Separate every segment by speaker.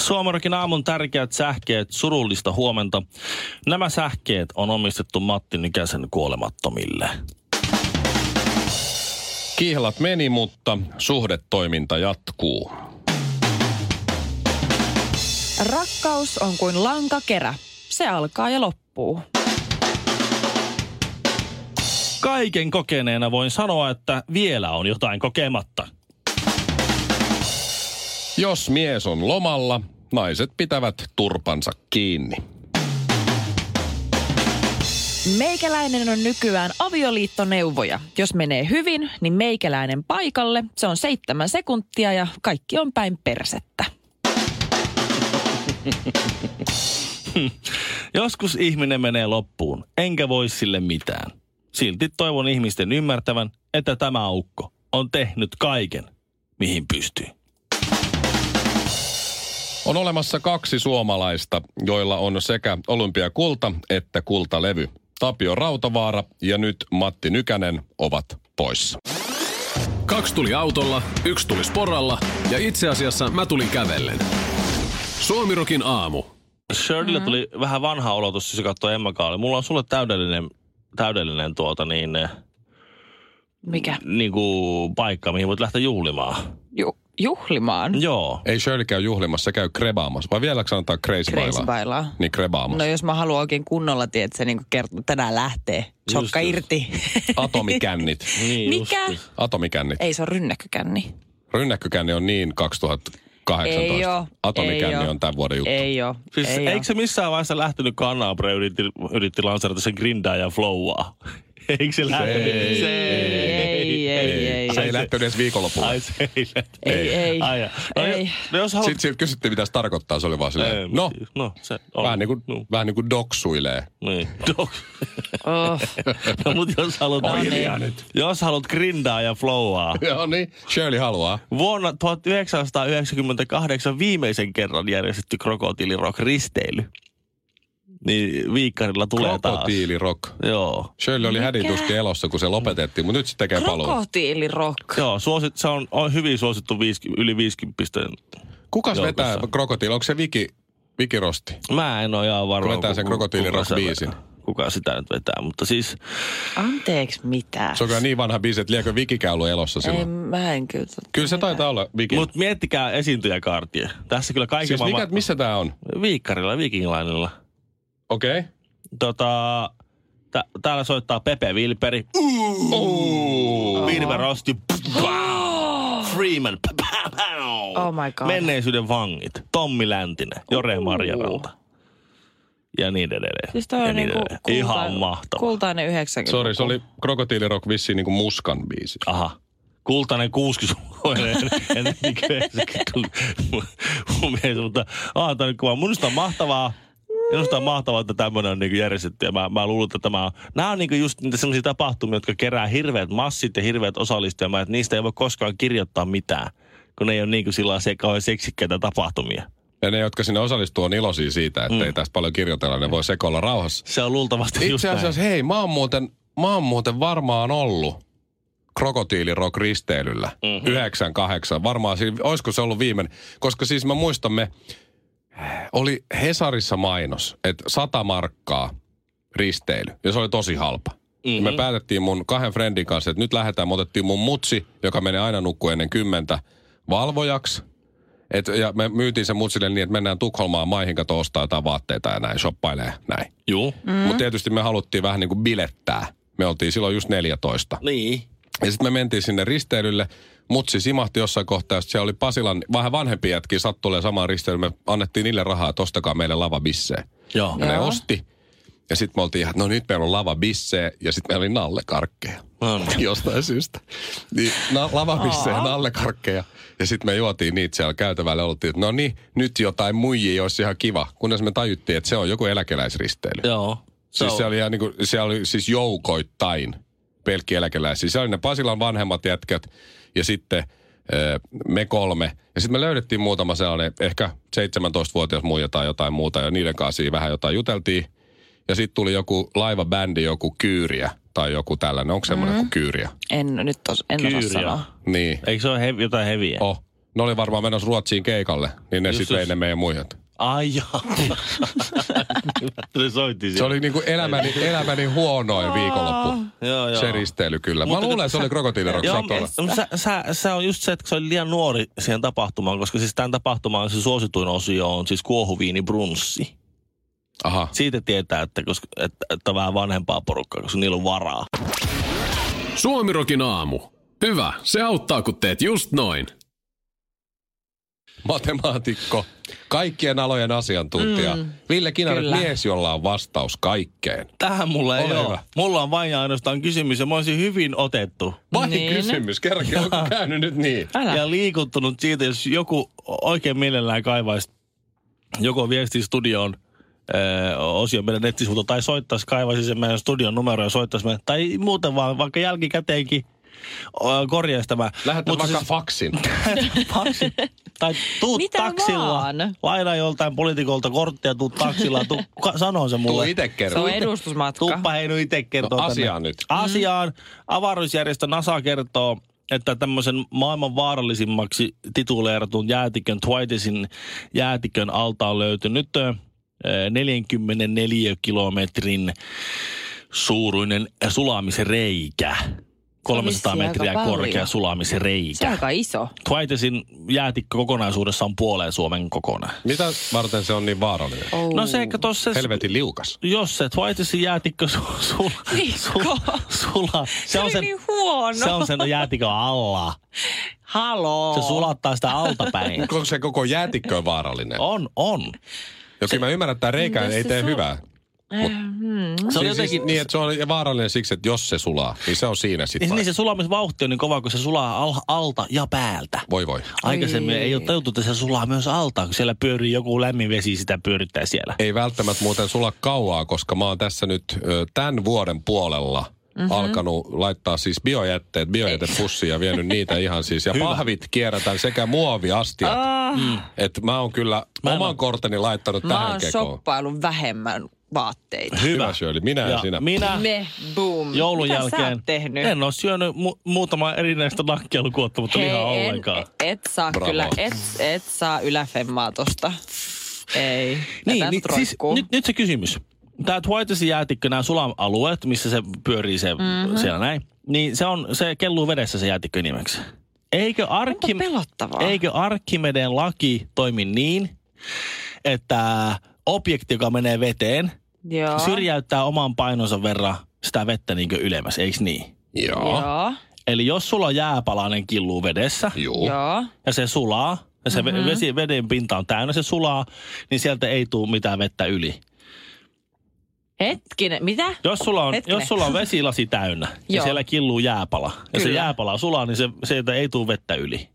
Speaker 1: Suomarokin aamun tärkeät sähkeet, surullista huomenta. Nämä sähkeet on omistettu Matti Nykäsen kuolemattomille.
Speaker 2: Kihlat meni, mutta suhdetoiminta jatkuu.
Speaker 3: Rakkaus on kuin lankakerä. Se alkaa ja loppuu.
Speaker 1: Kaiken kokeneena voin sanoa, että vielä on jotain kokematta.
Speaker 2: Jos mies on lomalla, naiset pitävät turpansa kiinni.
Speaker 3: Meikäläinen on nykyään avioliittoneuvoja. Jos menee hyvin, niin meikäläinen paikalle. Se on seitsemän sekuntia ja kaikki on päin persettä.
Speaker 1: Joskus ihminen menee loppuun, enkä voi sille mitään. Silti toivon ihmisten ymmärtävän, että tämä aukko on tehnyt kaiken, mihin pystyy.
Speaker 2: On olemassa kaksi suomalaista, joilla on sekä olympiakulta että kultalevy. Tapio Rautavaara ja nyt Matti Nykänen ovat poissa.
Speaker 4: Kaksi tuli autolla, yksi tuli sporalla ja itse asiassa mä tulin kävellen. Suomirokin aamu.
Speaker 1: Shirleylle mm-hmm. tuli vähän vanha olo tuossa, se katsoi Emma Kaali. Mulla on sulle täydellinen, täydellinen tuota niin, eh,
Speaker 3: Mikä?
Speaker 1: niin kuin paikka, mihin voit lähteä juhlimaan.
Speaker 3: Ju- juhlimaan.
Speaker 1: Joo.
Speaker 2: Ei Shirley käy juhlimassa, se käy krebaamassa. Vai vieläkö sanotaan crazy,
Speaker 3: Crazy bailaa.
Speaker 2: Niin
Speaker 3: No
Speaker 2: krebaamassa.
Speaker 3: jos mä haluan oikein kunnolla, tiedät, se niin kertoo, tänään lähtee. Sokka
Speaker 1: just.
Speaker 3: irti. No.
Speaker 2: Atomikännit.
Speaker 1: Niin
Speaker 3: Mikä?
Speaker 1: justi.
Speaker 2: Atomikännit.
Speaker 3: Ei se on rynnäkkökänni.
Speaker 2: Rynnäkkökänni on niin 2018.
Speaker 3: Ei oo,
Speaker 2: Atomikänni
Speaker 3: ei oo.
Speaker 2: on tämän vuoden juttu.
Speaker 3: Ei oo.
Speaker 1: Siis
Speaker 3: ei
Speaker 1: ei
Speaker 3: oo.
Speaker 1: eikö se missään vaiheessa lähtenyt Kanabre yritti, yritti lanseerata sen grindaa ja flowaa? Eikö se lähtenyt?
Speaker 2: ei,
Speaker 3: ei, ei, ei, ei.
Speaker 2: Se ei lähtenyt edes viikonlopulla.
Speaker 1: Ai se ei lähtenyt.
Speaker 3: Ei, ei.
Speaker 1: Ai, ja- no,
Speaker 3: Ei.
Speaker 1: ei. No, jos haluat...
Speaker 2: Sitten sieltä kysyttiin, mitä se tarkoittaa. Se oli vaan silleen, no,
Speaker 1: no se on.
Speaker 2: vähän niin kuin,
Speaker 1: No,
Speaker 2: vähän niin kuin doksuilee.
Speaker 1: niin. No,
Speaker 3: Oh.
Speaker 1: no mutta jos haluat...
Speaker 3: No niin.
Speaker 1: Jos haluat grindaa ja
Speaker 3: No
Speaker 1: flowaa.
Speaker 2: Joo niin, Shirley haluaa.
Speaker 1: Vuonna 1998 viimeisen kerran järjestetty Krokotiili Rock risteily. Niin viikkarilla tulee taas.
Speaker 2: Krokotiili rock.
Speaker 1: Joo.
Speaker 2: Shirley oli
Speaker 3: Mikä?
Speaker 2: hädintuskin elossa, kun se lopetettiin, mutta nyt se tekee paluun.
Speaker 3: Krokotiilirock.
Speaker 1: Joo, suosit, se on, on hyvin suosittu viiski, yli 50
Speaker 2: Kukas
Speaker 1: Joo,
Speaker 2: vetää
Speaker 1: kun se-
Speaker 2: krokotiili? Onko se Viki, Viki Rosti?
Speaker 1: Mä en ole ihan varma.
Speaker 2: Kun vetää sen
Speaker 1: ku-
Speaker 2: Krokotiili
Speaker 1: kuka
Speaker 2: Rock
Speaker 1: se-
Speaker 2: biisin.
Speaker 1: Kuka sitä nyt vetää, mutta siis
Speaker 3: Anteeksi, mitä?
Speaker 2: Se on kyllä niin vanha biisi, että liekö Vikikään ollut elossa
Speaker 3: Ei,
Speaker 2: silloin?
Speaker 3: mä en kyllä. tot-
Speaker 2: Kyllä se taitaa olla Viki.
Speaker 1: Mut miettikää esiintyjäkaartia. Tässä kyllä kaiken
Speaker 2: Siis mikä,
Speaker 1: maailman...
Speaker 2: missä tää on?
Speaker 1: Viikkarilla, Vikinglainilla.
Speaker 2: Okei. Okay.
Speaker 1: Tota, tä, täällä soittaa Pepe Vilperi. Virve Rosti. Pow. Freeman. Pow, pow.
Speaker 3: Oh my God.
Speaker 1: Menneisyyden vangit. Tommi Läntinen. Jore Marjaranta. Ja niin edelleen.
Speaker 3: Siis toi
Speaker 1: ja
Speaker 3: on
Speaker 1: niin
Speaker 3: niinku
Speaker 1: edelleen. Ihan
Speaker 3: kulta-
Speaker 1: mahtava.
Speaker 3: Kultainen 90.
Speaker 2: Sori, se oli Krokotiili Rock vissiin niin kuin muskan biisi.
Speaker 1: Aha. Kultainen 60-vuotiainen ennen 90 mun mielestä, mutta aha, tämä on kuva. Minusta on mahtavaa, minusta on mahtavaa, että tämmöinen on niinku järjestetty. Ja mä, mä luulen, että tämä on, nämä on niinku just niitä semmoisia tapahtumia, jotka kerää hirveät massit ja hirveät osallistujamää, että niistä ei voi koskaan kirjoittaa mitään, kun ne ei ole niinku sillä se, kauhean seksikkäitä tapahtumia.
Speaker 2: Ja ne, jotka sinne osallistuu, on iloisia siitä, että mm. ei tästä paljon kirjoitella, ne voi sekoilla rauhassa.
Speaker 1: Se on luultavasti just
Speaker 2: Itse
Speaker 1: näin.
Speaker 2: asiassa, hei, mä oon muuten, mä oon muuten varmaan ollut krokotiilirock risteilyllä.
Speaker 1: Mhm.
Speaker 2: Mm-hmm. 98, varmaan siinä, olisiko se ollut viimeinen. Koska siis mä muistan, me oli Hesarissa mainos, että 100 markkaa risteily. Ja se oli tosi halpa. Mm-hmm. Me
Speaker 1: Mhm.
Speaker 2: päätettiin mun kahden friendin kanssa, että nyt lähdetään. Me otettiin mun mutsi, joka menee aina nukkuu ennen kymmentä, valvojaksi. Et, ja me myytiin sen mutsille niin, että mennään Tukholmaan maihin kato ostaa jotain vaatteita ja näin, shoppailee näin.
Speaker 1: Juu.
Speaker 2: Mm. Mutta tietysti me haluttiin vähän niin kuin bilettää. Me oltiin silloin just 14.
Speaker 1: Niin.
Speaker 2: Ja sitten me mentiin sinne risteilylle. Mutsi simahti jossain kohtaa, se oli Pasilan vähän vanhempi jätki, sattui olemaan samaan risteilyyn. Me annettiin niille rahaa, että ostakaa meille lavabisseen.
Speaker 1: Joo.
Speaker 2: Ja ne
Speaker 3: Joo.
Speaker 2: osti. Ja sitten me oltiin ihan, no nyt meillä on lava bisse ja sitten meillä oli nallekarkkeja.
Speaker 1: Mm.
Speaker 2: Jostain syystä. Niin na, lava bisse ja nallekarkkeja. Ja sitten me juotiin niitä siellä käytävällä ja oltiin, että no niin, nyt jotain muijia olisi ihan kiva. Kunnes me tajuttiin, että se on joku eläkeläisristeily.
Speaker 1: Joo. Se
Speaker 2: Siis se
Speaker 1: on-
Speaker 2: oli ihan niinku, siellä oli siis joukoittain pelkki eläkeläisiä. Siellä oli ne Pasilan vanhemmat jätkät ja sitten ö, me kolme. Ja sitten me löydettiin muutama sellainen, ehkä 17-vuotias muija tai jotain muuta, ja niiden kanssa siinä vähän jotain juteltiin. Ja sitten tuli joku laivabändi, joku kyyriä tai joku tällainen. Onko semmoinen mm.
Speaker 1: Mm-hmm.
Speaker 2: kuin kyyriä?
Speaker 3: En nyt tos, en osaa
Speaker 1: Kyyriä.
Speaker 3: sanoa.
Speaker 2: Niin.
Speaker 1: Eikö se ole hev- jotain heviä?
Speaker 2: Oh. Ne oli varmaan menossa Ruotsiin keikalle, niin ne
Speaker 1: Just
Speaker 2: sitten vei
Speaker 1: just.
Speaker 2: ne meidän muijat.
Speaker 1: Ai jaa. se soitti
Speaker 2: Se
Speaker 1: siellä.
Speaker 2: oli niinku elämäni, elämäni huonoin viikonloppu.
Speaker 1: Joo, joo.
Speaker 2: Se risteily kyllä. Mä
Speaker 1: Mutta
Speaker 2: luulen, että se
Speaker 1: sä-
Speaker 2: oli krokotiilirock.
Speaker 1: Joo, mutta sä, sä, sä, on just se, että se oli liian nuori siihen tapahtumaan, koska siis tämän tapahtumaan se suosituin osio on siis kuohuviini brunssi.
Speaker 2: Aha.
Speaker 1: Siitä tietää, että, koska, että, että on vähän vanhempaa porukkaa, koska niillä on varaa.
Speaker 4: Suomirokin aamu. Hyvä, se auttaa kun teet just noin.
Speaker 2: matemaatikko, kaikkien alojen asiantuntija. Mm, Ville Kinaret,
Speaker 3: kyllä.
Speaker 2: mies, jolla on vastaus kaikkeen.
Speaker 1: Tähän mulla ei
Speaker 2: Ole
Speaker 1: ole.
Speaker 2: hyvä.
Speaker 1: Mulla on vain ja ainoastaan kysymys ja mä olisin hyvin otettu.
Speaker 2: Vai
Speaker 3: Niin.
Speaker 2: niin. kysymys, kerrankin onko käynyt nyt niin?
Speaker 3: Älä.
Speaker 1: ja liikuttunut siitä, jos joku oikein mielellään kaivaisi joko viesti studioon ö, osio meidän nettisivuilta tai soittaisi, kaivaisi sen meidän studion numero ja soittaisi meidän, tai muuten vaan vaikka jälkikäteenkin ö, korjaisi tämä.
Speaker 2: Lähetä
Speaker 1: Mut
Speaker 2: vaikka faksin.
Speaker 1: siis, faksi, tai tuu
Speaker 3: Mitä
Speaker 1: taksilla,
Speaker 3: vaan?
Speaker 1: laina joltain poliitikolta korttia, tuu taksilla, tuu, ka- sanoo se
Speaker 2: Tuu
Speaker 1: mulle.
Speaker 2: itse
Speaker 3: Se on
Speaker 2: kerran.
Speaker 3: edustusmatka.
Speaker 1: Tuuppa Heinu itse kertoo
Speaker 2: No,
Speaker 1: tänne.
Speaker 2: asiaan nyt.
Speaker 1: Asiaan. Avaruusjärjestö NASA kertoo, että tämmöisen maailman vaarallisimmaksi tituleeratun jäätikön, Twitesin jäätikön alta on löytynyt ö, 44 kilometrin suuruinen sulamisreikä. 300
Speaker 3: vissi aika
Speaker 1: metriä
Speaker 3: paljon.
Speaker 1: korkea sulamisreikä.
Speaker 3: Se on aika iso.
Speaker 1: Twitesin jäätikkö kokonaisuudessa on puoleen Suomen kokonainen.
Speaker 2: Mitä varten se on niin vaarallinen?
Speaker 3: Oh.
Speaker 1: No se, eikä tossa se
Speaker 2: Helvetin liukas.
Speaker 1: jos se Twitesin jäätikkö su, su, su,
Speaker 3: Mikko.
Speaker 1: sulaa.
Speaker 3: Se oli niin huono.
Speaker 1: Se on sen jäätikön alla.
Speaker 3: Haloo.
Speaker 1: Se sulattaa sitä altapäin.
Speaker 2: Onko se koko jäätikkö on vaarallinen?
Speaker 1: On, on.
Speaker 2: Jokin mä ymmärrän, että reikä
Speaker 3: Entäs
Speaker 2: ei
Speaker 3: se
Speaker 2: tee
Speaker 3: sul-
Speaker 2: hyvää. Niin
Speaker 1: Se on
Speaker 2: Siis- siis
Speaker 1: jotenkin...
Speaker 2: niin, että se on vaarallinen siksi, että jos se sulaa, niin se on siinä
Speaker 1: Niin,
Speaker 2: sitten.
Speaker 1: niin se sulamisvauhti on niin kova, kun se sulaa al, alta ja päältä.
Speaker 2: Voi voi.
Speaker 1: Aikaisemmin ei ole tajuttu, että se sulaa myös alta, kun siellä pyörii joku lämmin vesi, sitä pyörittää siellä.
Speaker 2: ei välttämättä muuten sulla kauaa, koska mä oon tässä nyt ö, tämän vuoden puolella
Speaker 3: Mhm.
Speaker 2: mm-hmm. alkanut laittaa siis biojätteet, biojätepussiin ja vienyt niitä ihan siis. Ja Hyvä. pahvit kierrätään sekä muoviastiat. Ah. Että mä oon kyllä mä
Speaker 1: en
Speaker 2: oman
Speaker 1: oo-
Speaker 2: korteni laittanut
Speaker 3: Mä
Speaker 2: tähän
Speaker 3: oon
Speaker 2: kekoon.
Speaker 3: shoppaillut vähemmän vaatteita.
Speaker 2: Hyvä Shirley, minä ja,
Speaker 1: Ja
Speaker 2: sinä.
Speaker 1: minä
Speaker 3: Me, boom.
Speaker 1: joulun
Speaker 3: Mitä
Speaker 1: jälkeen
Speaker 3: sä oot tehnyt?
Speaker 1: en ole syönyt mu- muutama erinäistä nakkia lukuottamatta
Speaker 3: Hei,
Speaker 1: lihaa
Speaker 3: en-
Speaker 1: ollenkaan.
Speaker 3: Et saa
Speaker 2: Bravo.
Speaker 3: kyllä, et, et saa yläfemmaa tosta. Ei.
Speaker 1: Niin,
Speaker 3: Tätä
Speaker 1: niin siis,
Speaker 3: roikkuu.
Speaker 1: nyt, nyt se kysymys. Tämä Twitesin jäätikkö, nämä sulam-alueet, missä se pyörii se,
Speaker 3: Mhm.
Speaker 1: mm-hmm. siellä näin, niin se, on, se kelluu vedessä se jäätikkö nimeksi. Eikö, Arkim,
Speaker 3: pelottavaa.
Speaker 1: eikö Arkimeden laki toimi niin, että objekti, joka menee veteen,
Speaker 3: Joo.
Speaker 1: syrjäyttää oman painonsa verran sitä vettä niin ylemmäs, eikö niin?
Speaker 2: Joo.
Speaker 3: Joo.
Speaker 1: Eli jos sulla on jääpalainen killuu vedessä,
Speaker 2: Juu.
Speaker 3: Joo.
Speaker 1: ja se sulaa, ja se
Speaker 3: Mhm.
Speaker 1: mm-hmm. vesi, veden pinta on täynnä, se sulaa, niin sieltä ei tule mitään vettä yli.
Speaker 3: Hetkinen, mitä?
Speaker 1: Jos sulla on,
Speaker 3: Hetkinen.
Speaker 1: jos sulla on vesilasi täynä ja
Speaker 3: Joo.
Speaker 1: siellä killuu jääpala ja se
Speaker 3: Kyllä.
Speaker 1: jääpala sulaa, niin se, sieltä ei tule vettä yli.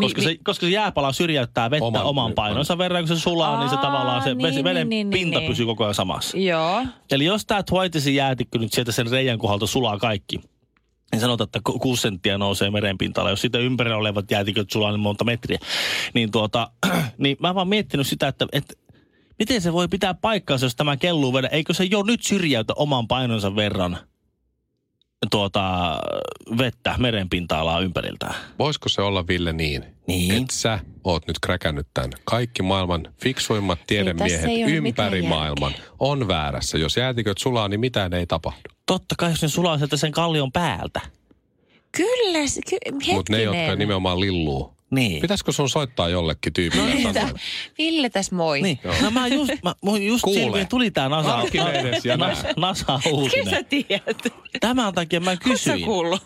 Speaker 1: Koska,
Speaker 3: mi-
Speaker 1: se, koska se jääpala syrjäyttää vettä
Speaker 2: Oman-
Speaker 1: oman, oman painonsa verran, kun se sulaa, Aa, niin se
Speaker 3: Aa,
Speaker 1: tavallaan se
Speaker 3: niin,
Speaker 1: vesi,
Speaker 3: niin,
Speaker 1: veden
Speaker 3: niin, niin,
Speaker 1: pinta
Speaker 3: niin.
Speaker 1: pysyy koko ajan samassa.
Speaker 3: Joo.
Speaker 1: Eli jos tämä Twitesin jäätikkö nyt sieltä sen reijän kohdalta sulaa kaikki, niin sanotaan, että ku- kuusi senttiä nousee merenpintaan. Jos sitä ympärillä olevat jäätiköt sulaa niin monta metriä, niin, tuota, niin mä oon vaan miettinyt sitä, että, että miten se voi pitää paikkaansa, jos tämä kelluu vedä. Eikö se jo nyt syrjäytä oman painonsa verran tuota, vettä merenpinta-alaa ympäriltään?
Speaker 2: Voisiko se olla, Ville, niin,
Speaker 1: Niin.
Speaker 2: että sä oot nyt kräkännyt tämän. Kaikki maailman fiksuimmat
Speaker 3: tässä
Speaker 2: tiedemiehet
Speaker 3: ei ole
Speaker 2: ympäri
Speaker 3: mitään
Speaker 2: maailman on väärässä. Jos jäätiköt sulaa, niin mitään ei tapahdu.
Speaker 1: Totta kai, jos ne sulaa sieltä sen kallion päältä.
Speaker 3: Kyllä, se- ky- hetkinen.
Speaker 2: Mutta ne, jotka nimenomaan lilluu,
Speaker 1: Niin.
Speaker 2: Pitäisikö sun soittaa jollekin tyypille?
Speaker 3: Niin.
Speaker 2: ja sanoa, että
Speaker 3: Ville tässä moi.
Speaker 1: Niin. No mä just, mä, mun just
Speaker 2: Kuule.
Speaker 1: silmiin tuli tää NASA,
Speaker 2: Arkinen edes ja
Speaker 1: NASA, NASA
Speaker 3: Kyllä sä
Speaker 1: uutinen.
Speaker 3: tiedät.
Speaker 1: Tämän takia mä
Speaker 3: Oot sä
Speaker 1: kysyin,
Speaker 3: kuullut?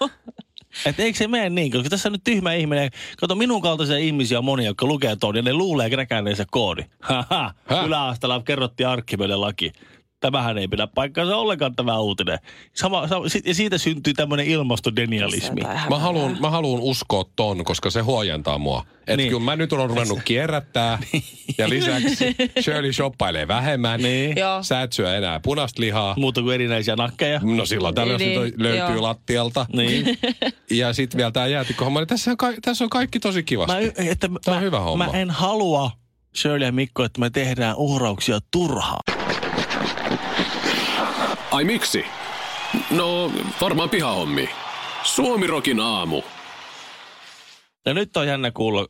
Speaker 1: että eikö se mene niin, koska tässä on nyt tyhmä ihminen. Kato, minun kaltaisia ihmisiä on monia, jotka lukee tuon ja ne luulee kräkäneensä koodi. Haha,
Speaker 2: Häh?
Speaker 1: yläasteella kerrottiin Arkkimeden laki. tämähän ei pidä paikkaansa ollenkaan tämä uutinen. Sama, sama, sit- ja siitä syntyy tämmöinen ilmastodenialismi.
Speaker 2: Mä haluun, mä haluun uskoa ton, koska se huojentaa mua. Että
Speaker 1: Niin.
Speaker 2: niin. kyllä mä nyt on ruvennut kierrättää ja lisäksi Shirley shoppailee vähemmän.
Speaker 1: Niin.
Speaker 3: Joo.
Speaker 2: Sä et syö enää punaista lihaa.
Speaker 1: Muuta kuin erinäisiä nakkeja.
Speaker 2: No silloin tällä
Speaker 3: Niin,
Speaker 2: niin, löytyy
Speaker 3: joo.
Speaker 2: joo. lattialta.
Speaker 1: Niin.
Speaker 2: Ja sitten vielä tämä jäätikkohomma. Niin tässä, on ka- tässä on kaikki tosi kivasti.
Speaker 1: Mä, y- että
Speaker 2: Tää
Speaker 1: mä,
Speaker 2: on hyvä homma.
Speaker 1: Mä en halua, Shirley ja Mikko, että me tehdään uhrauksia turhaan.
Speaker 4: Ai miksi? No, varmaan pihahommi. Suomirokin aamu.
Speaker 1: Ja nyt on jännä kuulla,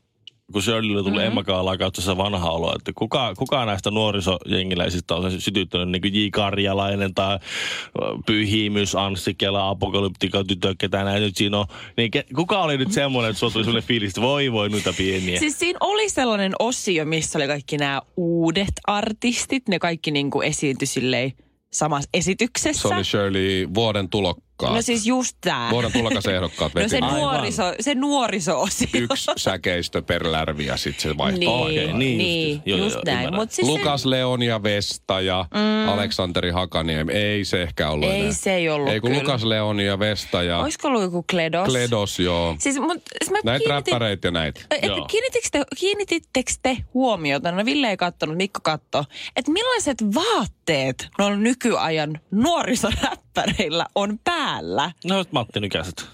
Speaker 1: kun Shirleylle tuli mm-hmm. Emma Kaalan kautta se vanha olo, että kuka, kuka näistä nuorisojengiläisistä on se sytyttänyt, niin kuin J. Karjalainen tai ö, Pyhimys, Anssi Kela, Apokalyptika, tytö, ketä näin nyt siinä on. Niin ke, kuka oli nyt semmoinen, että sulla tuli semmoinen fiilis, että voi voi noita pieniä.
Speaker 3: Siis siinä oli sellainen osio, missä oli kaikki nämä uudet artistit. Ne kaikki niinku esiintyi silleen samassa esityksessä.
Speaker 2: Se oli Shirley vuoden tulokkaat.
Speaker 3: no siis just tää.
Speaker 2: Vuoden tulokasehdokkaat
Speaker 3: No se
Speaker 2: veti
Speaker 1: Aivan.
Speaker 3: nuoriso, se nuoriso-osio.
Speaker 2: yksi säkeistö per lärvi ja sitten se vaihtoi.
Speaker 3: Niin,
Speaker 1: Okei,
Speaker 3: okay,
Speaker 1: niin
Speaker 3: niin,
Speaker 1: justiin.
Speaker 3: niin
Speaker 1: Joo,
Speaker 3: just,
Speaker 1: joo,
Speaker 3: just
Speaker 1: joo,
Speaker 3: näin.
Speaker 1: ymmärrän.
Speaker 3: Mut siis
Speaker 2: Lukas Leonia Vesta ja mm. Aleksanteri Hakaniemi. Ei se ehkä ollut
Speaker 3: Ei
Speaker 2: enää.
Speaker 3: se ei ollut
Speaker 2: Ei kun
Speaker 3: kyllä.
Speaker 2: Lukas Leonia Vesta ja
Speaker 3: se, olisiko ollut joku Kledos?
Speaker 2: Kledos, joo.
Speaker 3: Siis, mut, siis mä
Speaker 2: Näitä
Speaker 3: kiinnitin,
Speaker 2: räppäreitä ja näitä.
Speaker 1: Joo.
Speaker 3: että kiinnitittekö te, kiinnitittekö te huomiota, no Ville ei kattonut, Mikko katto, että millaiset vaatteet noilla nykyajan nuorisoräppäreillä on päällä?
Speaker 1: No, sit Matti Nykäset.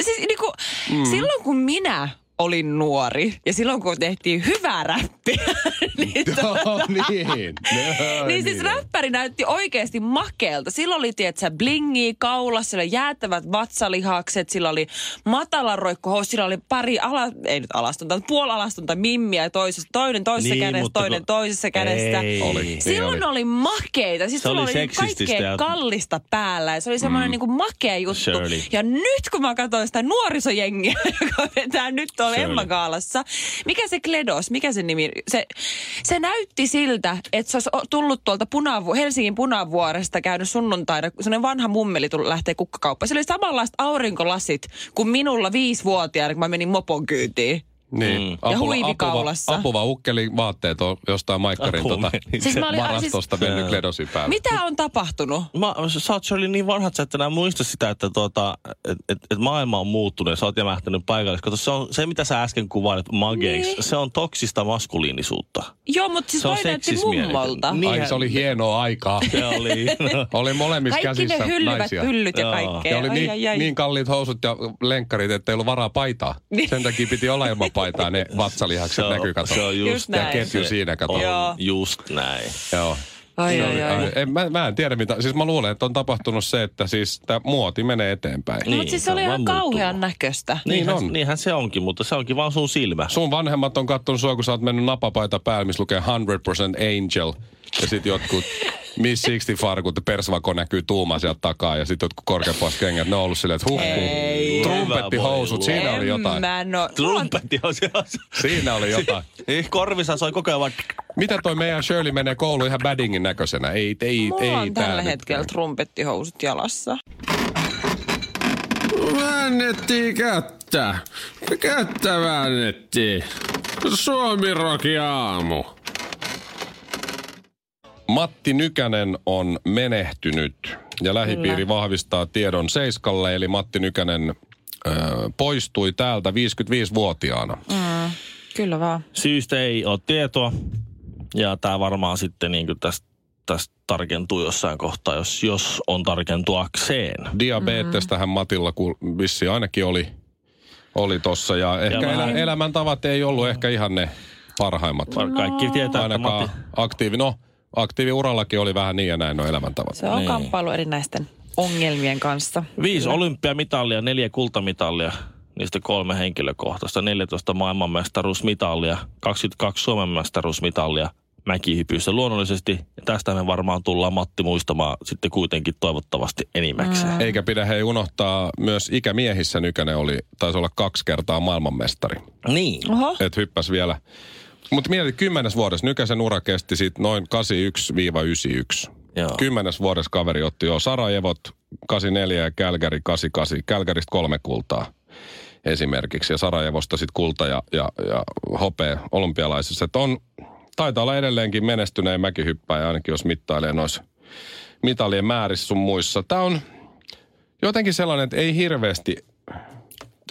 Speaker 3: Siis niinku, mm. silloin kun minä olin nuori ja silloin kun tehtiin hyvää räppiä, niin, to,
Speaker 2: No niin. No,
Speaker 3: niin siis räppäri näytti oikeasti makeelta. Sillä oli, tietsä, blingi kaulassa, sillä oli jäätävät vatsalihakset, sillä oli matala roikko sillä oli pari ala, ei nyt alastonta, mutta puolalastonta mimmiä toisessa, toinen toisessa
Speaker 1: Niin,
Speaker 3: niin, kädessä,
Speaker 1: mutta kun-
Speaker 3: toinen toisessa kädessä.
Speaker 1: Ei.
Speaker 2: Oli.
Speaker 3: Silloin
Speaker 2: Niin
Speaker 3: oli. oli makeita. Siis
Speaker 1: Se
Speaker 3: sulla
Speaker 1: oli
Speaker 3: oli, niinku
Speaker 1: seksististä
Speaker 3: kaikkea
Speaker 1: ja-
Speaker 3: kallista päällä. Ja se oli semmoinen mm. niinku makea juttu.
Speaker 1: Shirley.
Speaker 3: Ja nyt kun mä katsoin sitä nuorisojengiä, joka vetää nyt tuolla
Speaker 1: Shirley.
Speaker 3: Emma Gaalassa. Mikä se Kledos, mikä se nimi? Se, se näytti siltä, että se olisi o- tullut tuolta punavu- Helsingin punavuoresta käynyt sunnuntaina. Sellainen vanha mummeli tuli lähtee kukkakauppaan. Se oli samanlaiset aurinkolasit kuin minulla viisivuotiaana, kun mä menin mopon kyytiin.
Speaker 2: Niin.
Speaker 3: Ja huivi kaulassa.
Speaker 2: Apuva, apuva ukkeli vaatteet on jostain maikkarin
Speaker 1: Apua,
Speaker 2: tota,
Speaker 1: meni
Speaker 3: Siis
Speaker 1: se.
Speaker 3: mä olin-
Speaker 2: varastosta
Speaker 1: Siis-
Speaker 2: mennyt kledosin päälle.
Speaker 3: Mitä on tapahtunut?
Speaker 1: Mä, sä oot Shirley niin vanha, että sä et enää muista sitä, että tuota, et, et, et maailma on muuttunut ja sä oot jämähtänyt paikallis. Kato, se, on, se mitä sä äsken kuvailit mageiksi, niin. se on toksista maskuliinisuutta.
Speaker 3: Joo, mutta siis
Speaker 1: Se on
Speaker 3: toi näytti
Speaker 1: seksismielinen.
Speaker 3: mummolta.
Speaker 1: Niin.
Speaker 2: Ai, se oli hienoa aikaa.
Speaker 1: Se oli, no,
Speaker 2: Oli molemmissa
Speaker 3: Kaikki
Speaker 2: käsissä
Speaker 3: ne hyllyvät
Speaker 2: naisia.
Speaker 3: hyllyt ja
Speaker 1: Joo.
Speaker 3: kaikkea.
Speaker 2: Ja oli
Speaker 3: Ai,
Speaker 2: niin,
Speaker 3: ai, ai.
Speaker 2: niin kalliit housut ja lenkkarit, että ei ollut varaa paitaa.
Speaker 3: Niin.
Speaker 2: Sen takia piti olla ilman paitaa ne
Speaker 1: se
Speaker 2: vatsalihakset
Speaker 1: on, se
Speaker 2: näkykatolla.
Speaker 1: on just,
Speaker 3: Just
Speaker 1: näin.
Speaker 3: näin.
Speaker 2: Ja ketju
Speaker 1: Se
Speaker 2: siinä Niin
Speaker 1: on
Speaker 2: katolla.
Speaker 3: Joo.
Speaker 1: just näin.
Speaker 2: Joo.
Speaker 3: ai,
Speaker 2: Se
Speaker 3: ai,
Speaker 2: oli-
Speaker 3: ai.
Speaker 2: ai, en, mä, mä en tiedä mitä. Siis mä luulen, että on tapahtunut se, että siis tämä muoti menee eteenpäin.
Speaker 1: Niin,
Speaker 3: Niin, Mutta siis
Speaker 1: se
Speaker 3: se
Speaker 1: on
Speaker 3: oli
Speaker 1: vaan
Speaker 3: ihan
Speaker 1: muuttunut.
Speaker 3: kauhean näköistä.
Speaker 1: Niinhän,
Speaker 2: on.
Speaker 1: niinhän se onkin, mutta se onkin vaan sun silmä.
Speaker 2: Sun vanhemmat on kattonut sua, kun sä oot mennyt napapaita päälle, missä lukee 100% angel. Ja sit jotkut Miss 60-farkut ja persvako näkyy tuuma sieltä takaa. Ja sit jotkut korkeapuoliset kengät, ne on ollut silleen, että huh, huh. Trumpettihousut,
Speaker 1: Hyvä voi
Speaker 2: siinä oli jotain.
Speaker 3: Mä no, en oo.
Speaker 1: Trumpetti on se asia.
Speaker 2: Siinä oli jotain.
Speaker 1: Korvissa soi koko ajan vaan...
Speaker 2: Mitä toi meidän Shirley menee kouluun ihan baddingin näköisenä? Ei, ei,
Speaker 3: Mulla
Speaker 2: ei
Speaker 3: on
Speaker 2: tää
Speaker 3: tällä
Speaker 2: nyt.
Speaker 3: hetkellä trumpettihousut jalassa.
Speaker 4: Väännettiin kättä. Kättä väännettiin. Suomirokin aamu.
Speaker 2: Matti Nykänen on menehtynyt ja lähipiiri vahvistaa tiedon Seiskalle, eli Matti Nykänen ö, poistui täältä 55-vuotiaana.
Speaker 3: Kyllä vaan.
Speaker 1: Syystä ei ole tietoa. Ja tämä varmaan sitten niin tästä tästä tarkentuu jossain kohtaa, jos, jos on tarkentuakseen.
Speaker 3: Mm.
Speaker 2: Diabetestahän Matilla ku- vissi ainakin oli, oli tossa ja ehkä
Speaker 1: mä-
Speaker 2: elä, elämäntavat ei ollut ehkä ihan ne parhaimmat.
Speaker 1: No. Kaikki tietää, että
Speaker 2: Ainakaan
Speaker 1: Matti,
Speaker 2: aktiivi, no aktiiviurallakin oli vähän niin ja näin no elämäntavat.
Speaker 3: Se on
Speaker 1: Niin.
Speaker 3: niin. kamppailu erinäisten ongelmien kanssa.
Speaker 1: Viisi olympiamitalia, neljä kultamitalia, niistä kolme henkilökohtaista, 14 maailmanmestaruusmitalia, 22 Suomen mestaruusmitalia mäkihypyssä luonnollisesti. Ja tästä me varmaan tullaan Matti muistamaan sitten kuitenkin toivottavasti enimmäkseen. Mm.
Speaker 2: Eikä pidä hei unohtaa, myös ikämiehissä Nykänen oli, taisi olla kaksi kertaa maailmanmestari.
Speaker 1: Niin.
Speaker 3: Oho.
Speaker 2: Että hyppäs vielä. Mutta mietit, kymmenes vuodessa Nykäsen ura kesti sit noin 81-91.
Speaker 1: Joo.
Speaker 2: Kymmenes vuodessa kaveri otti jo Sarajevot 84 ja Kälkäri 88. Kälkäristä kolme kultaa esimerkiksi. Ja Sarajevosta sitten kulta ja, ja, ja hopea olympialaisissa. Et on, taitaa olla edelleenkin menestyneen mäkihyppäjä ainakin jos mittailee noissa mitalien määrissä sun muissa. Tämä on jotenkin sellainen, että ei hirveästi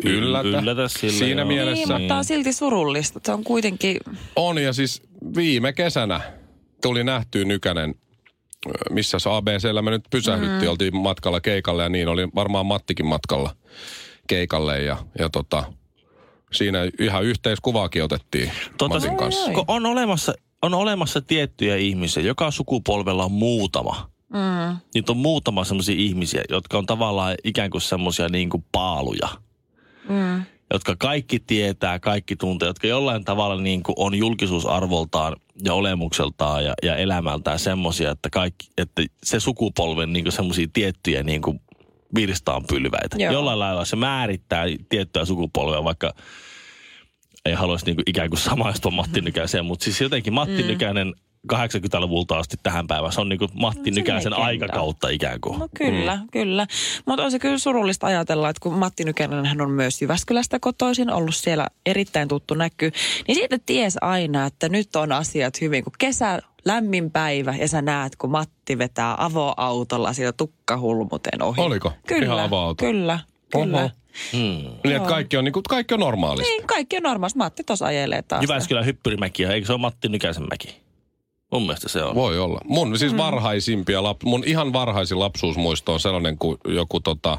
Speaker 2: yllätä.
Speaker 1: yllätä sillä,
Speaker 2: Siinä
Speaker 1: joo.
Speaker 3: Niin,
Speaker 2: mielessä
Speaker 3: mutta tämä on silti surullista. Se on kuitenkin...
Speaker 2: on. Ja siis viime kesänä tuli nähtyä Nykänen, ö, missä se ABCllä me nyt pysähdyttiin. Mm. Oltiin matkalla keikalle ja niin. Oli varmaan Mattikin matkalla keikalle ja, ja tota, siinä ihan yhteiskuvaakin otettiin
Speaker 1: Tota,
Speaker 2: Matin kanssa.
Speaker 3: Ai.
Speaker 1: Ko- on, olemassa, on olemassa tiettyjä ihmisiä, joka sukupolvella on muutama.
Speaker 3: Mm.
Speaker 1: Niitä on muutama semmoisia ihmisiä, jotka on tavallaan ikään kuin semmoisia niin kuin paaluja.
Speaker 3: Mm.
Speaker 1: jotka kaikki tietää, kaikki tuntee, jotka jollain tavalla niin kuin on julkisuusarvoltaan ja olemukseltaan ja, ja elämältään semmoisia, että, kaikki, että se sukupolven niin semmoisia tiettyjä niin kuin virstaanpylväitä.
Speaker 3: Joo.
Speaker 1: Jollain lailla se määrittää tiettyä sukupolvea, vaikka ei haluaisi niin kuin ikään kuin samaistua
Speaker 3: Mm-hmm.
Speaker 1: Matti Nykäiseen, mutta siis jotenkin Matti mm. Nykäinen 80-luvulta asti tähän päivään, se on niin kuin Matti
Speaker 3: No
Speaker 1: no,
Speaker 3: se
Speaker 1: Nykäisen
Speaker 3: legenda.
Speaker 1: aikakautta ikään kuin.
Speaker 3: No kyllä, mm. kyllä. Mutta on se kyllä surullista ajatella, että kun Matti Nykänen hän on myös Jyväskylästä kotoisin, ollut siellä erittäin tuttu näky, niin siitä ties aina, että nyt on asiat hyvin, kun kesä lämmin päivä ja sä näet, kun Matti vetää avoautolla siitä tukkahulmuten ohi.
Speaker 2: Oliko?
Speaker 3: Kyllä,
Speaker 2: Ihan avoauto.
Speaker 3: kyllä, kyllä.
Speaker 2: Oho.
Speaker 1: Hmm.
Speaker 2: Niin, että kaikki on, niin kuin, kaikki on normaalista.
Speaker 3: Niin, kaikki on normaalisti. Matti tuossa ajelee taas.
Speaker 1: Jyväskylän hyppyrimäki, eikö se ole Matti Nykäisen mäki? Mun mielestä se on.
Speaker 2: Voi olla. Mun siis varhaisimpia, lap, mun ihan varhaisin lapsuusmuisto on sellainen kuin joku tota,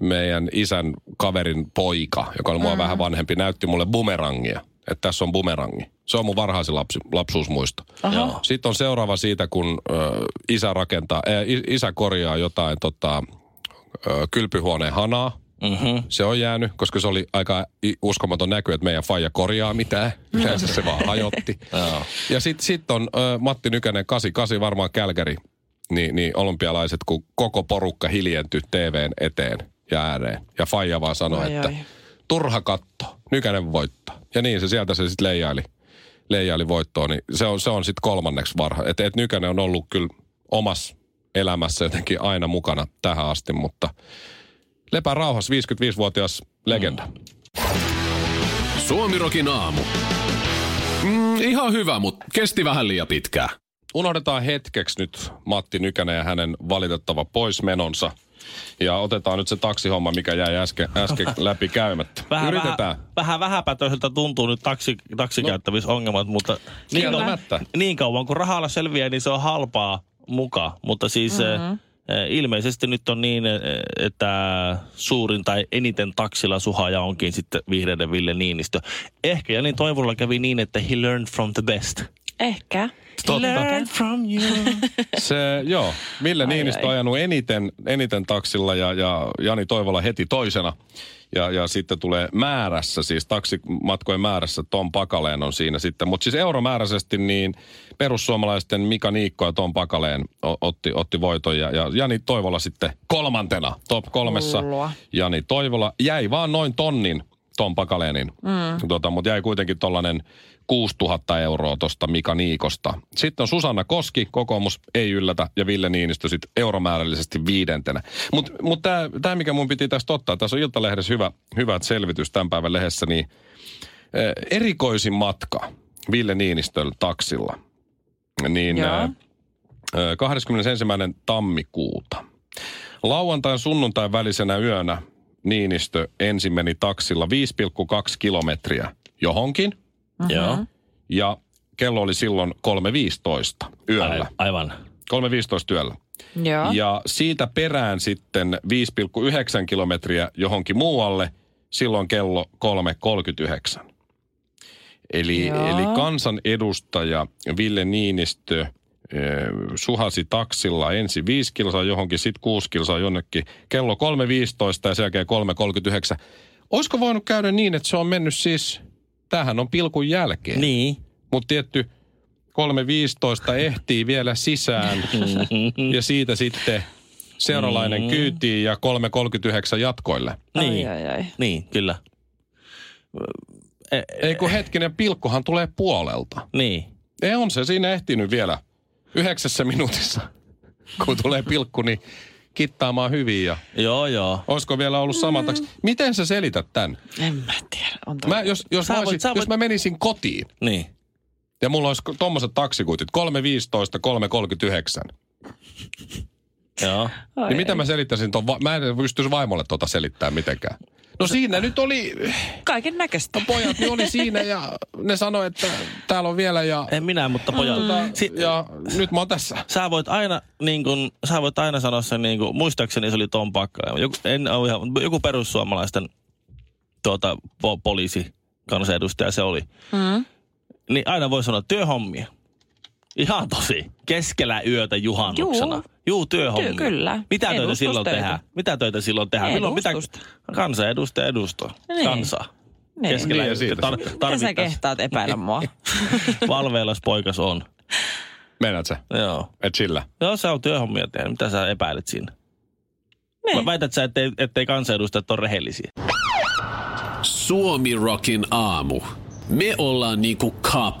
Speaker 2: meidän isän kaverin poika, joka oli mua vähän vanhempi, näytti mulle bumerangia. Että tässä on bumerangi. Se on mun varhaisin lapsi, lapsuusmuisto.
Speaker 3: Aha.
Speaker 2: Sitten on seuraava siitä, kun ö, isä rakentaa, ä, isä korjaa jotain tota, ö, kylpyhuoneen hanaa.
Speaker 1: Mm-hmm.
Speaker 2: Se on jäänyt, koska se oli aika i- uskomaton näky, että meidän faija korjaa mitään.
Speaker 3: Mm.
Speaker 2: Yleensä se vaan hajotti. ja sitten sit on ö, Matti Nykänen, 88 varmaan Kälkäri, niin, niin olympialaiset, kun koko porukka hiljentyi TVn eteen ja ääreen. Ja faija vaan sanoi,
Speaker 3: Ai,
Speaker 2: että
Speaker 3: ai.
Speaker 2: turha katto, Nykänen voittaa. Ja niin se sieltä se sitten leijaili, leijaili voittoon. Niin se on, se on sitten kolmanneksi varha. Että et Nykänen on ollut kyllä omassa elämässä jotenkin aina mukana tähän asti, mutta lepää rauhassa 55-vuotias legenda.
Speaker 4: Suomirokin aamu. Mm, ihan hyvä, mutta kesti vähän liian pitkään.
Speaker 2: Unohdetaan hetkeksi nyt Matti Nykänen ja hänen valitettava poismenonsa. Ja otetaan nyt se taksihomma, mikä jäi äsken, äsken läpi käymättä.
Speaker 1: Vähän,
Speaker 2: Yritetään.
Speaker 1: Vähän, vähän vähäpätöiseltä tuntuu nyt taksi, taksikäyttävissä ongelmat, mutta niin kauan,
Speaker 2: Kieltämättä.
Speaker 1: niin kauan kun rahalla selviää, niin se on halpaa muka. Mutta siis mm-hmm. ilmeisesti nyt on niin, eh, että suurin tai eniten taksilla suhaaja onkin sitten vihreiden Ville Niinistö. Ehkä ja niin toivolla kävi niin, että he learned from the best.
Speaker 3: Ehkä.
Speaker 2: Totta.
Speaker 3: Learn.
Speaker 1: from you.
Speaker 2: Se, joo. Ville Niinistö on ajanut eniten, eniten taksilla ja, ja Jani Toivola heti toisena. Ja, ja sitten tulee määrässä, siis taksimatkojen määrässä Tom Pakaleen on siinä sitten. Mutta siis euromääräisesti niin perussuomalaisten Mika Niikko ja Tom Pakaleen o- otti, otti voiton. Ja, ja Jani Toivola sitten kolmantena top kolmessa.
Speaker 3: Hullua.
Speaker 2: Jani Toivola jäi vaan noin tonnin Tom Pakaleenin, mm. tota, mutta jäi kuitenkin tuollainen 6000 euroa tuosta Mika Niikosta. Sitten on Susanna Koski, kokoomus ei yllätä, ja Ville Niinistö sitten euromäärällisesti viidentenä. Mutta mut, mut tämä, mikä mun piti tästä ottaa, tässä on Iltalehdessä hyvä, hyvä selvitys tämän päivän lehdessä, niin eh, erikoisin matka Ville Niinistöllä taksilla, niin
Speaker 3: Joo.
Speaker 2: eh, eh, 21. tammikuuta – Lauantain sunnuntain välisenä yönä Niinistö ensin meni taksilla 5,2 kilometriä johonkin
Speaker 1: Joo,
Speaker 2: ja kello oli silloin 3.15 yöllä.
Speaker 1: aivan. aivan.
Speaker 2: 3.15 yöllä.
Speaker 3: Joo.
Speaker 2: Ja siitä perään sitten 5,9 kilometriä johonkin muualle, silloin kello 3.39. Eli,
Speaker 3: Joo.
Speaker 2: eli kansanedustaja Ville Niinistö eh, suhasi taksilla ensin 5 kilsaa johonkin, sitten 6 kilsaa jonnekin. Kello 3.15 ja sen jälkeen 3.39. Olisiko voinut käydä niin, että se on mennyt siis, tämähän on pilkun jälkeen.
Speaker 1: Niin.
Speaker 2: Mutta tietty 3.15 ehtii vielä sisään ja siitä sitten seuralainen mm. kyytiin ja 3.39 jatkoille.
Speaker 1: Niin.
Speaker 3: Ai, ai, ai.
Speaker 1: Niin, kyllä. E, e,
Speaker 2: Ei kun hetkinen, pilkkuhan tulee puolelta.
Speaker 1: niin.
Speaker 2: Ei on se siinä ehtinyt vielä yhdeksässä minuutissa, kun tulee pilkku, niin kittaamaan hyvin ja
Speaker 1: Joo, joo.
Speaker 2: olisiko vielä ollut sama mm. taksi. Miten sä selität tämän?
Speaker 3: En mä tiedä. On toi-
Speaker 2: Mä, jos, jos,
Speaker 1: Sä
Speaker 2: mä
Speaker 1: voit-
Speaker 2: olisin,
Speaker 1: sä voit-
Speaker 2: jos mä menisin kotiin
Speaker 1: Niin.
Speaker 2: ja mulla olisi tommoset taksikuitit, 3.15, 3.39.
Speaker 1: Joo.
Speaker 3: Ai
Speaker 2: Niin mitä mä selittäisin ton, va- mä en pystyisi vaimolle tota selittämään mitenkään. No siinä nyt oli,
Speaker 3: Kaiken näköistä.
Speaker 2: pojat niin oli siinä ja ne sanoi, että täällä on vielä ja,
Speaker 1: En minä, mutta pojat.
Speaker 3: Mm.
Speaker 2: Tota-
Speaker 1: Si-
Speaker 2: ja nyt mä oon tässä.
Speaker 1: sä voit aina, niin kun, sä voit aina sanoa sen, niin kun, muistaakseni se oli Tom Pakkala, joku, en ole ihan, mutta joku perussuomalaisten tuota, po, poliisi kansanedustaja se oli. Mm. Niin aina voi sanoa työhommia. Ihan tosi. Keskellä yötä juhannuksena.
Speaker 3: Juu.
Speaker 1: Juu, työhommia.
Speaker 3: Ky- kyllä.
Speaker 1: Mitä töitä silloin
Speaker 3: Edustustöitä.
Speaker 1: tehdään? Mitä töitä silloin tehdään? Milloin mitä
Speaker 3: Edustusta.
Speaker 1: kansanedustaja edustaa?
Speaker 3: Niin.
Speaker 1: Kansaa.
Speaker 3: Niin.
Speaker 1: Keskellä
Speaker 2: Niin, ja
Speaker 1: yötä.
Speaker 2: siitä
Speaker 1: Tar-
Speaker 3: Mitä sä
Speaker 1: tarvittaisi
Speaker 3: kehtaat epäillä mua?
Speaker 1: valveilas poikas on.
Speaker 2: Meinaat sä?
Speaker 1: Joo.
Speaker 2: Et sillä.
Speaker 1: Joo, sä on työhommia tehnyt. Mitä sä epäilet siinä?
Speaker 3: Niin.
Speaker 1: Mä väität sä, ettei, ettei kansanedustajat ole rehellisiä.
Speaker 4: Suomi Rockin aamu. Me ollaan niinku cop,